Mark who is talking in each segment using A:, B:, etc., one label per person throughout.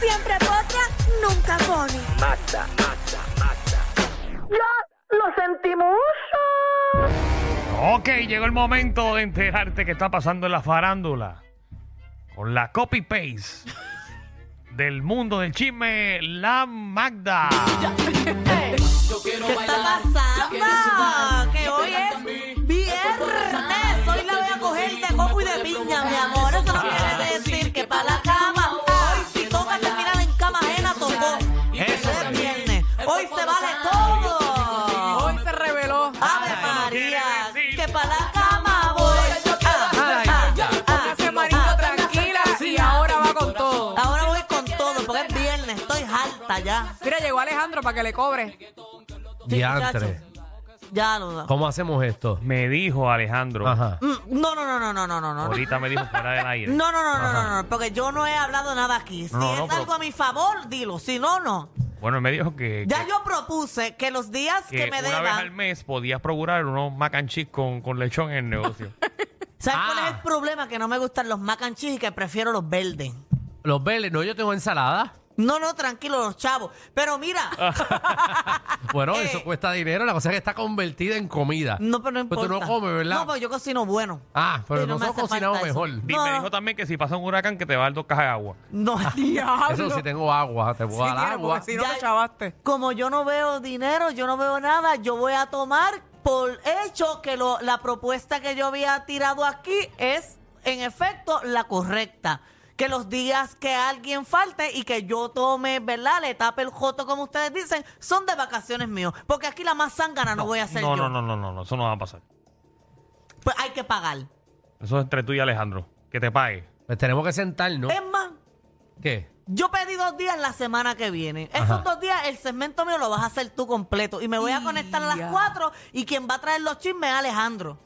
A: Siempre potra, nunca pony.
B: Ok, llegó el momento de enterarte qué está pasando en la farándula. Con la copy-paste del mundo del chisme, la Magda.
A: ¿Qué está pasando? Que hoy es viernes. Hoy la voy a coger de coco y de piña, mi amor. Eso no quiere decir que para la cama. Hoy si toca terminar en cama ajena, tocó. Eso es viernes. Hoy se vale todo. Hoy se reveló. Ave María, que para la cama voy. Ah, Póngase manito
C: tranquila y ahora va con todo.
A: ah, Ahora voy con todo, porque es viernes. Estoy harta ya.
C: Mira, llegó Alejandro para que le cobre.
D: Diantre.
A: Ya, no.
D: ¿Cómo hacemos esto?
B: Me dijo Alejandro.
D: Ajá.
A: Mm, No, no, no, no, no, no, no, no.
B: Ahorita me dijo fuera del aire.
A: No, no, no, no, no, no, no, porque yo no he hablado nada aquí. Si
B: No,
A: es
B: no, pero-
A: algo a mi favor, dilo. Si no, no.
B: Bueno, me dijo que,
A: Ya yo propuse que los días
B: que-
A: que,
B: que
A: me
B: una vez al
A: deban.
B: mes podías procurar unos mac and cheese con, con lechón en el negocio.
A: ¿Sabes
D: Ah.
A: cuál es el problema? Que no me gustan los mac and cheese y que prefiero los verdes.
D: Los verdes, no, yo tengo ensalada.
A: No, no, tranquilo, los chavos. Pero mira,
D: Bueno,
A: Eh.
D: eso cuesta dinero, la cosa es que está convertida en comida.
A: no, pero no
D: Pues
A: importa.
D: tú no comes, ¿verdad?
A: No, porque yo cocino bueno.
D: Ah, pero
A: Sí, no me
D: nosotros
A: hace
D: cocinamos
A: falta eso.
D: mejor.
B: Y me
A: No.
B: dijo también que si pasa un huracán que te va a dar dos cajas de agua.
A: No,
D: Eso sí tengo agua, te puedo
C: Sí,
D: dar
C: tiene,
D: agua.
C: porque Si no
A: Ya-
C: te chavaste.
A: como yo no veo dinero, yo no veo nada, yo voy a tomar por hecho que lo- la propuesta que yo había tirado aquí es, en efecto, la correcta. Que los días que alguien falte y que yo tome, ¿verdad? Le tape el joto, como ustedes dicen, son de vacaciones míos. Porque aquí la más zángana no, voy a hacer
B: no,
A: yo.
B: no, no, no, no, no, eso no va a pasar.
A: Pues hay que pagar.
B: Eso es entre tú y Alejandro. Que te pague.
D: Pues tenemos que sentarnos.
A: Es más,
D: ¿Qué?
A: yo pedí dos días la semana que viene. Esos
D: Ajá.
A: dos días, el segmento mío lo vas a hacer tú completo. Y me voy a conectar a
C: Ya.
A: las cuatro y quien va a traer los chismes es Alejandro.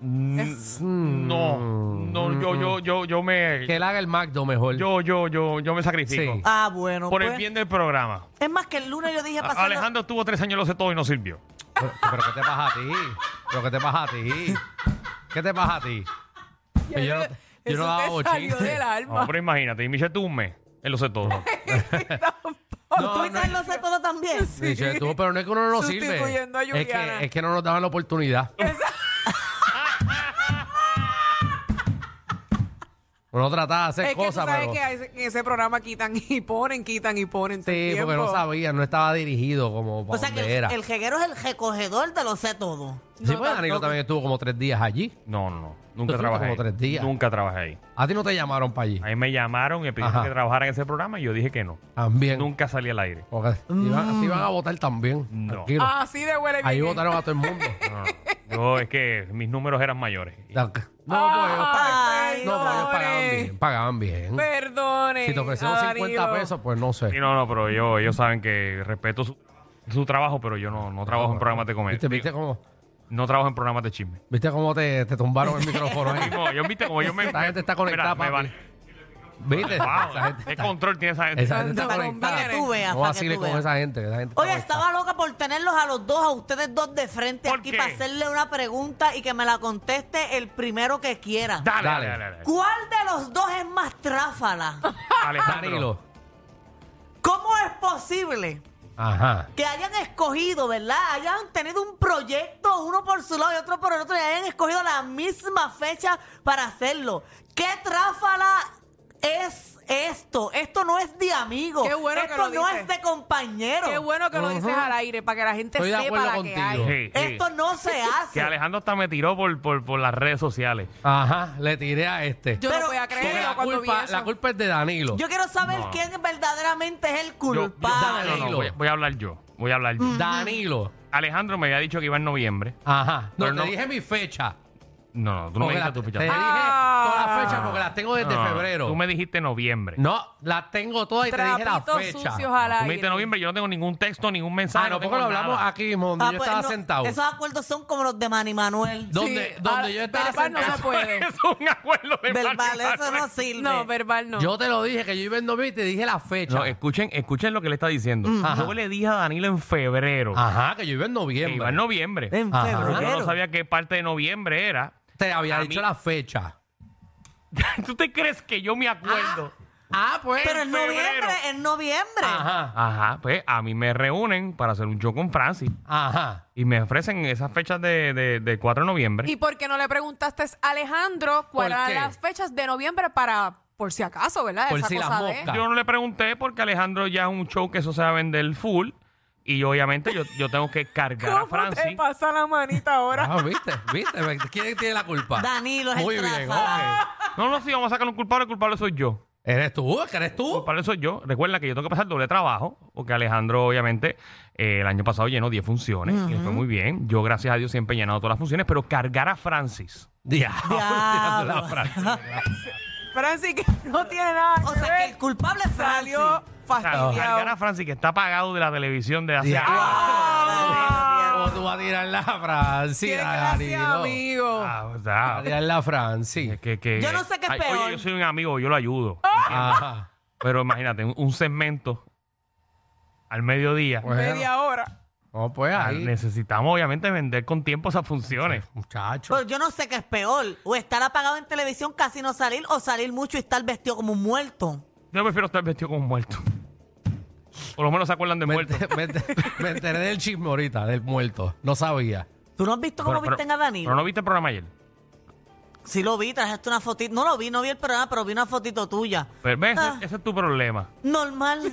B: No, no, yo, yo, yo, yo me.
D: Que él haga el McDo mejor.
B: Yo, yo, yo, yo me sacrifico.
D: Sí.
A: Ah, bueno.
B: Por el
A: pues.
B: bien del programa.
A: Es más que el lunes yo dije pasando.
B: Alejandro estuvo tres años, lo sé todo y no sirvió.
D: Pero, pero ¿qué te pasa a ti? ¿Pero qué te pasa a ti? ¿Qué te pasa a ti? Pues yo no, yo
C: Eso
D: no
C: te
D: hago
C: salió
D: chiste.
C: del
B: No,
C: alma.
B: pero imagínate, y Michelle tuvo un mes, él lo sé todo.
C: No,
A: Oh, ¿Tú y Carlos lo sé todo también?
D: Sí, che, tú, pero no es que uno no sirve.
C: Sustituyendo a
D: Es
C: Juliana.
D: que, es que no nos daban la oportunidad. uno trataba de hacer
C: Es que tú
D: cosas,
C: sabes
D: pero.
C: que a ese- en ese programa quitan y ponen, quitan y ponen. todo el
D: Sí, porque no
C: tiempo.
D: sabía, no estaba dirigido como para
A: O sea que
D: donde
A: el,
D: era.
A: el jeguero es el recogedor de lo sé todo.
D: sí,
C: no,
D: pues Danilo
C: tampoco.
D: también estuvo como tres días allí.
B: No, no, no.
D: fuiste
B: Nunca trabajé
D: como
B: ahí.
D: tres días.
B: Nunca trabajé ahí.
D: A ti no te llamaron para allí.
B: Ahí me llamaron y me pidieron
D: Ajá.
B: que trabajara en ese programa y yo dije que no.
D: También.
B: Nunca salí al aire.
D: Porque te iban, te iban a votar también.
B: No.
D: Tranquilo.
C: Ah, sí, de huele
D: Ahí
C: Mm. bien.
D: votaron a todo el mundo.
B: No, no, no. Yo es que mis números eran mayores.
D: No, pues ellos pagaban-
C: Ay,
D: no, pues ellos pagaban
C: perdone.
D: bien. Pagaban bien.
C: Perdone.
D: Si te ofrecieron
C: a
D: 50
C: Danilo.
D: pesos, pues no sé.
B: Sí, no, no, pero yo, ellos saben que respeto su, su trabajo, pero yo no, no trabajo en programas de comedia.
D: Ah, ¿Viste, viste
B: Digo,
D: cómo,
B: No trabajo en programas de chisme.
D: viste cómo te, te tumbaron el micrófono ahí?
B: Mismo, yo, ¿viste? Como yo me,
D: Esta gente está conectada,
B: Mira, me
D: papi.
B: van-
D: ¿Viste?
B: Wow,
D: Esa gente
B: ¿Qué
D: está-
B: control tiene esa gente?
D: esa gente está
C: Para que
D: conectada.
A: tú veas,
D: No
A: para que
D: vaciles
A: tú
D: con
A: veas.
D: esa gente. que esa gente está
A: Oye,
D: conectada.
A: estaba loca por tenerlos a los dos, a ustedes dos de frente
B: ¿Por
A: aquí
B: qué?
A: para hacerle una pregunta y que me la conteste el primero que quiera.
B: Dale, dale,
D: Dale.
B: dale, dale.
A: ¿Cuál de los dos es más tráfala?
B: Alejandro.
D: Danilo.
A: ¿Cómo es posible
D: Ajá.
A: que hayan escogido, ¿verdad? Hayan tenido un proyecto, uno por su lado y otro por el otro, y hayan escogido la misma fecha para hacerlo. ¿Qué tráfala
E: es esto. Esto no es de amigo.
C: Qué bueno que
E: esto
C: lo
E: no
C: dices.
E: es de compañero.
C: Qué bueno que lo dices al aire para que la gente
D: Estoy de
C: sepa
D: acuerdo
C: la que hay.
D: contigo.
B: Sí, sí.
E: Esto no se
B: Que
E: hace.
B: Alejandro hasta me tiró por, por, por las redes sociales.
D: Ajá, le tiré a este.
C: Yo
E: Pero-
C: no voy a
D: Porque
C: creer
D: la
C: cuando vi
D: culpa,
C: eso.
D: la culpa es de Danilo.
E: Yo quiero saber
B: No.
E: quién verdaderamente es el
B: Yo- yo-
E: culpable.
B: no, no, no, voy, voy a hablar yo. Voy a hablar yo.
E: Mm.
D: Danilo.
B: Alejandro me había dicho que iba en noviembre.
D: Ajá. No,
B: Pero
D: te
B: no-
D: dije mi fecha.
B: No, no, tú no me
D: Porque
B: dijiste
D: la-
B: tu ficha. Ah.
D: Te dije todas las fechas porque las tengo desde
B: No,
D: febrero.
B: Tú me dijiste noviembre.
D: No, las tengo todas y te dije la
C: Trapitos
D: fecha.
C: sucios ah, al
B: Tú me dijiste
C: aire.
B: noviembre, yo no tengo ningún texto, ningún mensaje.
D: Ah, no, porque
B: tengo
D: lo hablamos
B: nada.
D: aquí mismo donde
E: Ah,
D: yo
E: pues,
D: estaba
E: no,
D: sentado.
E: Esos acuerdos son como los de Manny Manuel.
C: Sí,
D: Donde,
C: ah,
D: donde yo estaba
C: verbal no
D: sentado.
C: se puede.
B: es un acuerdo de
E: pues. Verbal,
B: Martín
E: eso no
B: Manuel.
E: sirve.
C: No, verbal no.
D: Yo te lo dije que yo iba en noviembre y te dije la fecha.
B: No, escuchen, escuchen lo que le está diciendo.
E: Mm.
D: Ajá.
B: Yo le dije a Danilo en febrero.
D: Ajá, que yo iba en
B: que
D: noviembre.
B: iba en noviembre.
E: en
D: Ajá.
B: Pero
E: febrero.
B: Yo no sabía qué parte de noviembre era.
D: Te había
B: A
D: dicho
B: mí-
D: la fecha.
B: ¿Tú te crees que yo me acuerdo?
D: Ah, pues.
E: Pero en
B: febrero.
E: noviembre, en noviembre.
D: Ajá,
B: Ajá, pues a mí me reúnen para hacer un show con Francis.
D: ajá.
B: Y me ofrecen esas fechas de, de, de 4 de noviembre.
C: ¿Y por qué no le preguntaste a Alejandro
D: ¿Por
C: cuáles
D: qué?
C: eran las fechas de noviembre para, por si acaso, ¿verdad?
D: Por
C: Esa
D: si las
C: cosa de-
D: moscas.
B: Yo no le pregunté porque Alejandro ya es un show que eso se va a vender full. Y obviamente yo, yo tengo que cargar a
C: ¿Cómo te
B: Francis.
C: pasa la manita ahora?
D: Ah, viste, viste. ve- ¿Quién tiene la culpa?
E: Danilo es
C: pues,
E: el
D: Muy bien,
E: tráfala.
D: ok.
B: No, no, si vamos a sacar un culpable, el culpable soy yo.
D: Eres tú, es que eres tú.
B: Para eso soy yo. Recuerda que yo tengo que pasar doble trabajo, porque Alejandro, obviamente, eh, el año pasado llenó 10 funciones y le fue muy bien. Yo, gracias a Dios, siempre he llenado todas las funciones, pero cargar a Francis.
D: Diablo.
E: Diablo.
D: la frase.
C: Francis, que no tiene nada que
E: O sea que
C: ver.
E: el culpable es
C: salió
E: Francis.
B: O sea, cargar a
D: Oh.
C: fastidiado.
B: Francis, que está apagado de la televisión de hace.
C: Ah,
D: O tú vas a tirar la Francis.
C: Qué
D: Danilo.
C: gracia, amigo.
B: Ah, o
D: Vas
B: sea,
D: a tirar la Francis.
B: es que, que-
E: Yo no sé qué es
B: Ay, oye,
E: peor.
B: yo soy un amigo, yo lo ayudo.
D: Ajá.
B: Pero imagínate, un, un segmento al mediodía.
D: Bueno,
C: Media hora.
D: No, pues
B: Ah,
D: ahí.
B: Necesitamos, obviamente, vender con tiempo esas funciones.
D: Muchacho.
E: Pero yo no sé qué es peor. O estar apagado en televisión, casi no salir, o salir mucho y estar vestido como un muerto.
B: Yo prefiero estar vestido como un muerto. Por lo menos se acuerdan de
D: Me,
B: muerto.
D: enter- me enter- me enteré del chisme ahorita, del muerto. No sabía.
E: ¿Tú no has visto cómo visten a Danilo?
B: pero no viste el programa ayer.
E: Sí lo vi, trajaste una fotito. No lo vi, no vi el programa, pero vi una fotito tuya.
B: Pero ves,
E: Ah.
B: ese es tu problema.
E: Normal.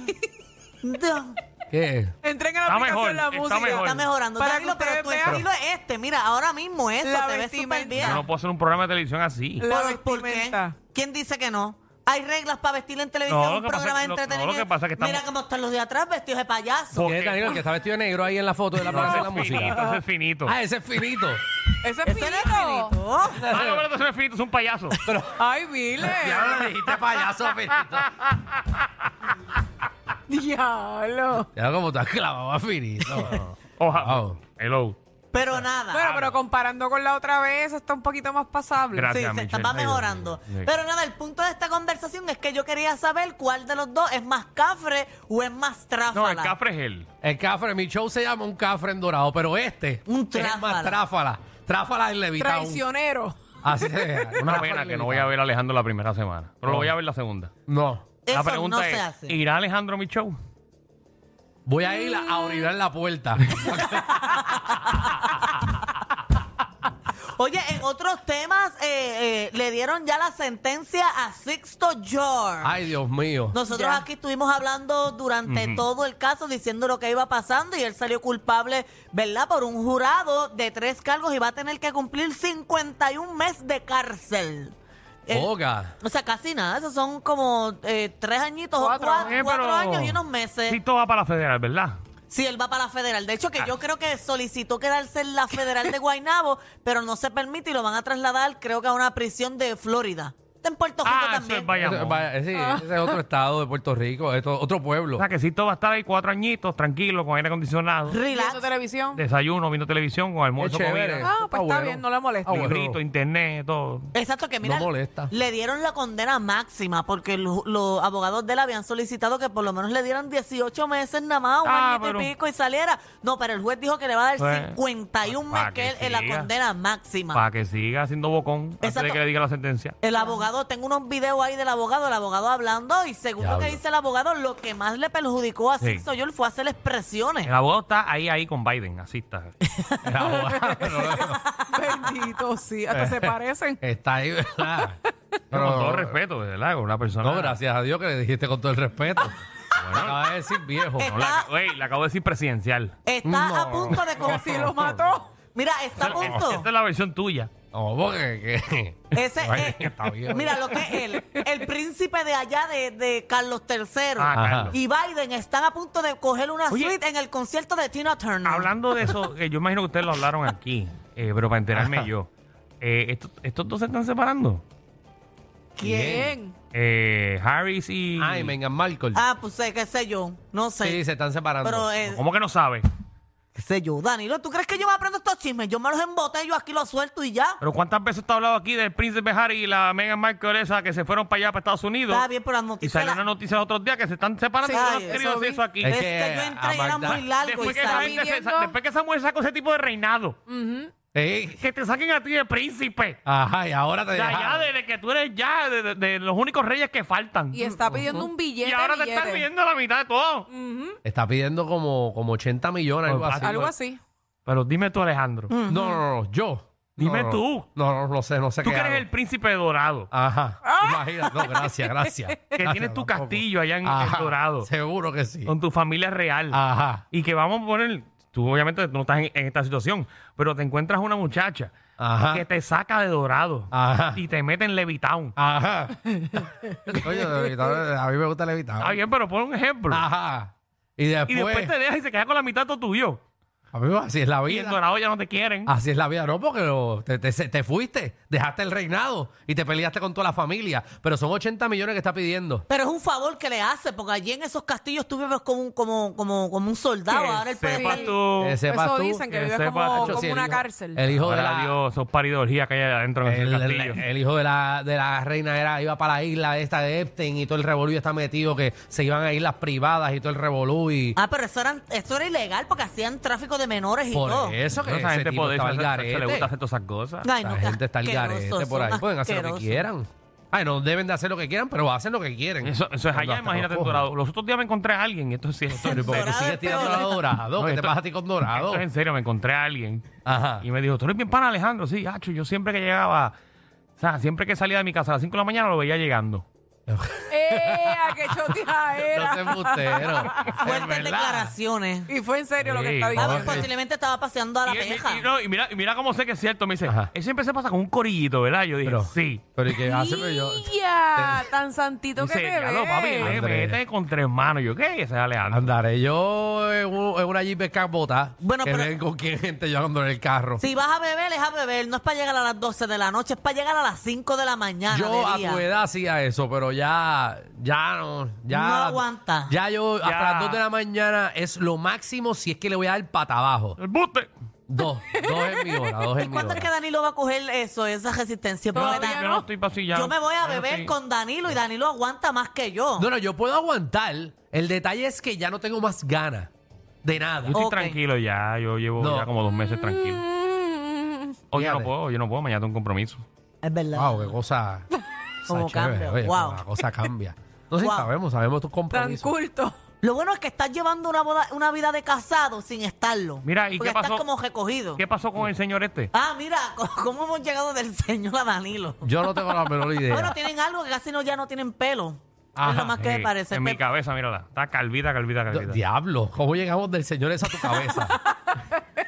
E: No,
D: ¿Qué es?
C: Entren a la
B: Está
C: aplicación
B: mejor,
C: la
B: está
C: música.
B: mejor.
E: está mejorando.
C: Para
E: Danilo,
C: que
E: pero
C: ustedes
E: tu
C: vean-
E: estilo es este. Mira, ahora mismo eso.
C: La
E: te ves súper
C: vestimenta.
E: bien.
B: Yo no puedo hacer un programa de televisión así.
C: La
E: Pero, ¿Por qué?
C: vestimenta.
E: ¿Quién dice que no? Hay reglas para vestir en televisión,
B: No, lo
E: un
B: que pasa
E: programa de
B: es que- lo- no, lo que
E: entretenimiento.
B: pasa es que estamos-
E: Mira cómo están los de atrás vestidos de payaso.
C: Pues,
B: Porque-
D: ¿Qué es, Danilo? El que está vestido de negro ahí en la foto de la plaza de
B: No,
D: la
B: ese es finito,
D: música.
B: ese es finito.
D: Ah, ese es finito.
C: Ese es
E: Ese no es
C: finito.
E: finito.
B: Ah, no, pero ese es finito, es un payaso.
C: Ay, Vile.
D: Ya lo dijiste payaso finito.
C: Diablo.
D: Ya como tú has clavado a finito.
B: Ojalá.
D: Wow.
B: Hello. Ah.
E: Pero nada.
C: Bueno, pero comparando con la otra vez, está un poquito más pasable.
B: Gracias.
E: Sí, se
B: Michelle.
E: está- va mejorando.
B: Sí.
E: Pero nada, el punto de esta conversación es que yo quería saber cuál de los dos es más cafre o es más
B: No,
E: tráfala.
B: el cafre es él.
D: El cafre, mi show se llama un cafre en dorado, pero este
E: Un
D: es
E: tráfala.
D: más tráfala. Tráfala en levitado.
C: Traicionero.
D: Así es.
B: Una pena que no voy a ver a Alejandro la primera semana. Pero lo voy a ver la segunda.
D: No.
E: Eso
B: la pregunta
E: no
B: es,
E: se hace.
B: ¿irá Alejandro a mi show?
D: Voy a ir a orinar en la puerta.
E: Oye, en otros temas eh, eh, le dieron ya la sentencia a Sixto George.
B: Ah,
D: Ay, Dios mío.
E: Nosotros
C: Ya.
E: aquí estuvimos hablando durante todo el caso, diciendo lo que iba pasando, y él salió culpable, ¿verdad?, por un jurado de tres cargos y va a tener que cumplir 51 meses de cárcel. Eh,
D: Oga.
E: o sea, casi nada, esos son como eh, tres añitos
C: Cuatro,
E: o cuatro,
B: Eh,
E: cuatro
B: pero-
E: años y unos meses.
B: Sí, todo va para la federal, ¿verdad?
E: Sí, él va para la federal. De hecho,
B: Ah.
E: que yo creo que solicitó quedarse en la federal de Guaynabo, pero no se permite y lo van a trasladar, creo que a una prisión de Florida. En Puerto Rico
B: Ah, eso
E: también.
B: es Bayamón.
D: Vaya, sí, ese es
E: Ah.
D: otro estado de Puerto Rico, es to- otro pueblo.
B: O sea, que sí, todo va a estar ahí cuatro añitos, tranquilo, con aire acondicionado.
C: Viendo
E: Relax.
C: televisión.
B: Desayuno, viendo televisión, con
D: Es
B: almuerzo,
D: chévere.
B: comida.
C: Ah, pues está bien, no le molesta.
D: Ah, bueno.
B: Librito, internet, todo.
E: Exacto, que mira,
D: No molesta.
E: le dieron la condena máxima porque lo- los, abogados de él habían solicitado que por lo menos le dieran 18 meses nada más, un
B: Ah,
E: añito y
B: pero-
E: pico y saliera. No, pero el juez dijo que le va a dar
B: Pues,
E: 51
B: pa'
E: meses, que
B: que
E: es la
B: siga.
E: condena máxima.
B: Para que siga haciendo bocón antes de
E: Ah. Exacto.
B: que le diga la sentencia.
E: El abogado, tengo unos videos ahí del abogado, el abogado hablando, y según lo que
D: Diablo.
E: dice el abogado, lo que más le perjudicó a
B: Sí.
E: Sixto Yol fue hacer expresiones.
B: El abogado está ahí, ahí con Biden, así está.
D: El abogado, no, no,
C: Bendito, sí. Hasta se parecen.
D: Está ahí, ¿verdad? Pero-
B: con todo respeto, ¿verdad? Con una persona.
D: No, gracias a Dios que le dijiste con todo el respeto. bueno, acabas de decir viejo.
B: No, la, Ey, la acabo de decir presidencial.
E: Está a punto de
C: Como
E: como
C: si lo mató.
E: Mira, está a punto.
B: Esta es la versión tuya.
D: No, porque que-
E: Ese
D: Ay,
E: es-
D: está bien.
E: Mira lo que es él. El príncipe de allá de, de Carlos III
B: Ah,
D: Ajá.
B: Carlos.
E: y Biden están a punto de coger una
B: Oye.
E: suite en el concierto de Tina Turner.
B: Hablando de eso, eh, yo imagino que ustedes lo hablaron aquí, eh, pero para enterarme
D: Ajá.
B: yo. eh, estos, estos dos se están separando.
C: ¿Quién?
B: Eh, Harris y.
D: Ay, Meghan Markle.
E: Ah, pues eh, qué sé yo. No sé.
D: sí, se están separando.
E: Pero, eh,
B: ¿Cómo que no sabe?
E: qué sé yo, Danilo, ¿tú crees que yo me aprendo estos chismes? Yo me los emboté, yo aquí los suelto y ya.
B: Pero ¿cuántas veces te ha hablado aquí del príncipe Harry y la Meghan Markle esa que se fueron para allá, para Estados Unidos?
E: Está bien, pero las
B: Y
E: noticias.
B: salió
E: la-
B: una noticia los otros días que se están separando.
C: Sí,
B: Yo no
E: ay,
B: he querido
C: eso
B: decir
C: vi.
B: eso aquí.
E: Es
D: Es
E: que
D: que
E: yo entré y
D: a
E: era
D: Magda-
E: muy largo
B: Después
E: y
B: que, esa
E: salí.
B: gente
C: salí
B: se-
C: viendo-
B: después que esa mujer sacó ese tipo de reinado,
D: Sí.
B: que te saquen a ti de príncipe.
D: Ajá, y ahora te
B: De allá,
D: dejaron.
B: desde que tú eres ya de, de- de los únicos reyes que faltan. Mm.
C: Y está pidiendo un billete.
B: Y ahora te
C: billete. Mm.
B: están pidiendo la mitad de todo.
D: Está pidiendo como, como 80 millones, algo así.
C: Algo así.
B: Pero dime tú, Alejandro.
C: Mm.
D: No, no, no, yo.
B: Dime
D: No, no,
B: tú.
D: No, no, no sé, no sé
B: Tú
D: qué
B: que eres
D: hago.
B: el príncipe dorado.
D: Ajá. Imagínate. No, gracias, gracias.
B: Que tienes tu castillo allá en El Dorado.
D: Seguro que sí. Ah.
B: Con tu familia real.
D: Ajá.
B: Y que vamos a poner. Tú, obviamente, tú no estás en, en esta situación. Pero te encuentras una muchacha
D: Ajá.
B: que te saca de dorado.
D: Ajá.
B: Y te mete en Levitown.
D: Ajá. Oye, levitar, a mí me gusta levitar.
B: Está bien, pero pon un ejemplo.
D: Ah, Ajá. Y
B: Y
D: después,
B: después te deja y se queda con la mitad de todo tuyo.
D: a mí, así es la
B: Y en
D: vida.
B: dorado ya no te quieren.
D: Así es la vida, no, porque lo- te, te- se- te fuiste, dejaste el reinado y te peleaste con toda la familia. Pero son 80 millones que está pidiendo.
E: Pero es un favor que le hace, porque allí en esos castillos tú vives como un, como, como, como un soldado.
B: Que
E: Ahora el
B: sepas
C: Sí.
B: tú.
D: Que sepas
C: Eso
D: tú,
C: dicen que
B: que
C: vive
B: sepas,
C: como,
B: Nacho,
C: como
D: sí, el
C: una
D: hijo-
C: cárcel.
D: El hijo de
B: Ahora
D: la,
B: Dios, esos paridorgía que hay allá adentro en ese
D: El, el-
B: castillo.
D: el hijo de la, de la reina era, iba para la isla esta de Epstein y todo el revolú y está metido que se iban a islas privadas y todo el revolú y
E: Ah, pero eso, eran, eso era ilegal porque hacían tráfico de menores y
D: por
E: todo.
D: eso que
B: Pero esa
D: ese
B: gente
D: tipo
B: puede
D: estaba
B: se, se-
D: al
B: se le
D: garete.
B: gusta hacer todas esas cosas.
E: Ay,
D: la
E: no,
D: gente está al
E: asquerosos,
D: garete por ahí,
E: son
D: pueden hacer lo que
E: asquerosos.
D: quieran. Ay, no deben de hacer lo que quieran, pero hacen lo que quieren.
B: Eso, eso es
D: Cuando
B: allá,
D: hasta
B: imagínate
D: los
B: en
D: cojan.
B: dorado. Los otros días me encontré a alguien, y esto es cierto.
D: Pero porque tú
E: Dorado es
D: sigues tirando
E: peor.
D: la dorado,
B: No,
D: ¿qué te
B: esto-
D: pasa a ti con dorado?
B: Esto es en serio, me encontré a alguien
D: Ajá.
B: y me dijo, tú eres bien pana Alejandro, sí, hacho, yo siempre que llegaba, o sea, siempre que salía de mi casa a las 5 de la mañana lo veía llegando.
C: ¡Eh! ¡Qué chotea
D: No
C: era!
D: seas embustero. Es
E: Fuertes
D: verdad.
E: declaraciones.
C: Y fue en serio lo que
B: Sí, pues,
C: está
B: no,
E: Vamos,
C: diciendo.
E: posiblemente estaba paseando a la
B: Y, él-
E: peja.
B: y- y no, y mira, y mira cómo sé que es cierto, me dice,
D: Ajá.
B: él siempre se pasa con un corillito, ¿verdad? Yo dije,
D: Pero-
B: sí.
D: Pero ¿y qué hace? Ah, Pero yo...
C: ¡Ya! Tan santito que
B: Dice,
C: te
B: ya lo, papi,
C: ve.
B: le
D: Andrés.
B: mete con tres manos. Yo, ¿qué? Ese es Alejandro.
D: Andaré yo en, un- en una Jeep escapota.
E: Bueno,
D: que
E: pero-
D: ven con quién gente yo ando en el carro.
E: Si vas a beber, es a beber. No es para llegar a las 12 de la noche, es para llegar a las 5 de la mañana.
D: Yo
E: de
D: a
E: día.
D: tu edad hacía eso, pero ya, ya no, ya.
E: No aguanta.
D: Ya yo,
B: Ya.
D: hasta las 2 de la mañana es lo máximo si es que le voy a dar pata abajo.
B: El buste.
D: Dos, dos en mi hora, dos en mi
E: ¿Cuándo
D: hora.
E: es que Danilo va a coger eso, esa resistencia?
B: Yo,
E: Porque
C: Todavía
B: yo
E: Dan-
B: no,
C: no.
B: estoy pasillado.
E: Yo me voy a
B: Yo no
E: beber
B: estoy-
E: con Danilo y Danilo aguanta más que yo.
D: No, no, yo puedo aguantar. El detalle es que ya no tengo más ganas de nada.
B: Yo estoy
E: Ok.
B: tranquilo ya, yo llevo
D: No.
B: ya como dos meses tranquilo.
E: Mm.
B: Hoy yo no
D: Fíjate.
B: puedo, hoy yo no puedo, mañana tengo un compromiso.
E: Es verdad.
D: Wow, qué cosa.
E: Cómo
D: cosa chévere,
E: cambia,
D: oye,
E: wow.
D: La cosa cambia. No sé,
E: Wow.
D: sabemos, sabemos tus
C: Tan
D: compromisos.
C: culto.
E: Lo bueno es que estás llevando una, boda- una vida de casado sin estarlo.
B: Mira, ¿y
E: Porque
B: qué pasó?
E: estás como recogido.
B: ¿Qué pasó con el señor este?
E: Ah, mira, co- cómo hemos llegado del señor a Danilo.
D: Yo no tengo la menor idea.
E: Bueno, tienen algo que casi no, ya no tienen pelo. es
D: Ajá,
E: lo más que
B: Eh,
E: me parece.
B: En mi
E: Pe-
B: cabeza, mírala. Está calvita, calvita,
D: Do-
B: calvita.
D: Diablo, ¿cómo llegamos del señor esa a tu cabeza?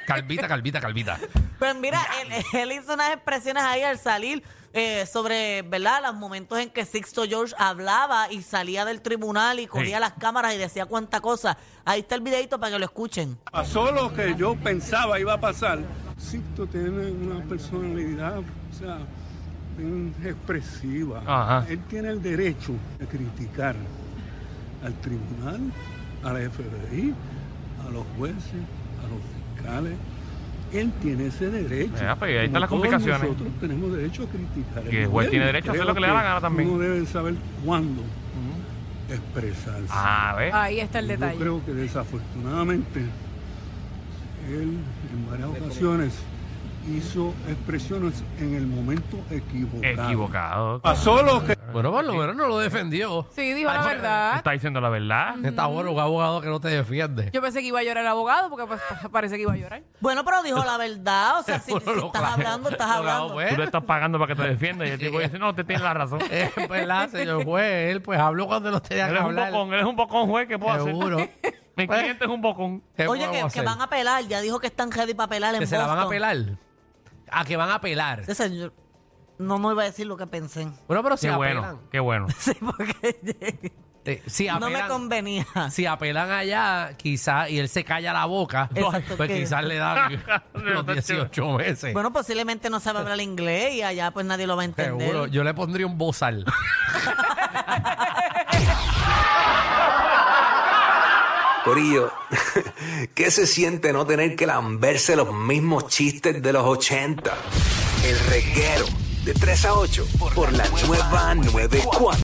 D: calvita, calvita, calvita.
E: Pero mira, él, él hizo unas expresiones ahí al salir eh, sobre, ¿verdad? Los momentos en que Sixto George hablaba y salía del tribunal y cogía
B: Sí.
E: las cámaras y decía cuánta cosa. Ahí está el videito para que lo escuchen.
F: Pasó lo que yo pensaba iba a pasar. Sixto tiene una personalidad, o sea, bien expresiva.
B: Ajá.
F: Él tiene el derecho de criticar al tribunal, a la FBI, a los jueces, a los fiscales. Él tiene ese derecho.
B: Vea, pues, ahí están
F: Como
B: las
F: todos
B: complicaciones.
F: Nosotros tenemos derecho a criticar.
B: Y el juez tiene derecho a hacer lo que le da la gana también.
F: Uno debe saber cuándo expresarse.
B: Ah, ¿ves?
C: Ahí está el
F: Yo
C: detalle.
F: creo que desafortunadamente él en varias ocasiones hizo expresiones en el momento equivocado.
B: Equivocado.
D: Ah.
F: Pasó lo que
B: No
D: Bueno, por lo menos no lo defendió.
G: Sí, dijo la verdad.
B: Está diciendo la verdad.
D: Está bueno un abogado que no te defiende.
G: Yo pensé que iba a llorar el abogado porque pues, parece que iba a llorar.
E: Bueno, pero dijo la verdad. O sea, si,
D: Bueno,
E: si
D: lo
E: estás
D: claro.
E: hablando, estás
D: Abogado,
E: hablando.
D: pues.
B: Tú le estás pagando para que te defienda y el tipo dice, no, usted tiene la razón.
D: Eh, pues la señor juez, él pues habló cuando no tenía
B: Él
D: que
B: es un
D: hablar.
B: bocón, él es un bocón juez, ¿qué puedo hacer?
D: Seguro. Pues,
B: Mi cliente es un bocón.
D: ¿Qué
E: Oye,
D: podemos
E: que, que
D: hacer?
E: van a pelar. Ya dijo que están ready para pelar en
D: Que se la van a
E: Boston.
D: pelar. A que van a pelar.
E: Ese señor- no, no iba a decir lo que pensé.
D: Bueno, pero si
B: Qué
D: apelan.
B: bueno, qué bueno.
E: Sí, porque
D: eh, si
E: no me
D: apelan-
E: convenía.
D: si apelan allá, quizás, y él se calla la boca,
E: Exacto,
D: pues
E: que-
D: quizás le dan los
B: está
D: 18 meses.
E: Bueno, posiblemente no sabe hablar inglés y allá pues nadie lo va a entender.
D: Seguro, yo le pondría un bozal.
A: Corillo, ¿qué se siente no tener que lamberse los mismos chistes de los 80? El reguero de 3 a 8 por la nueva 94.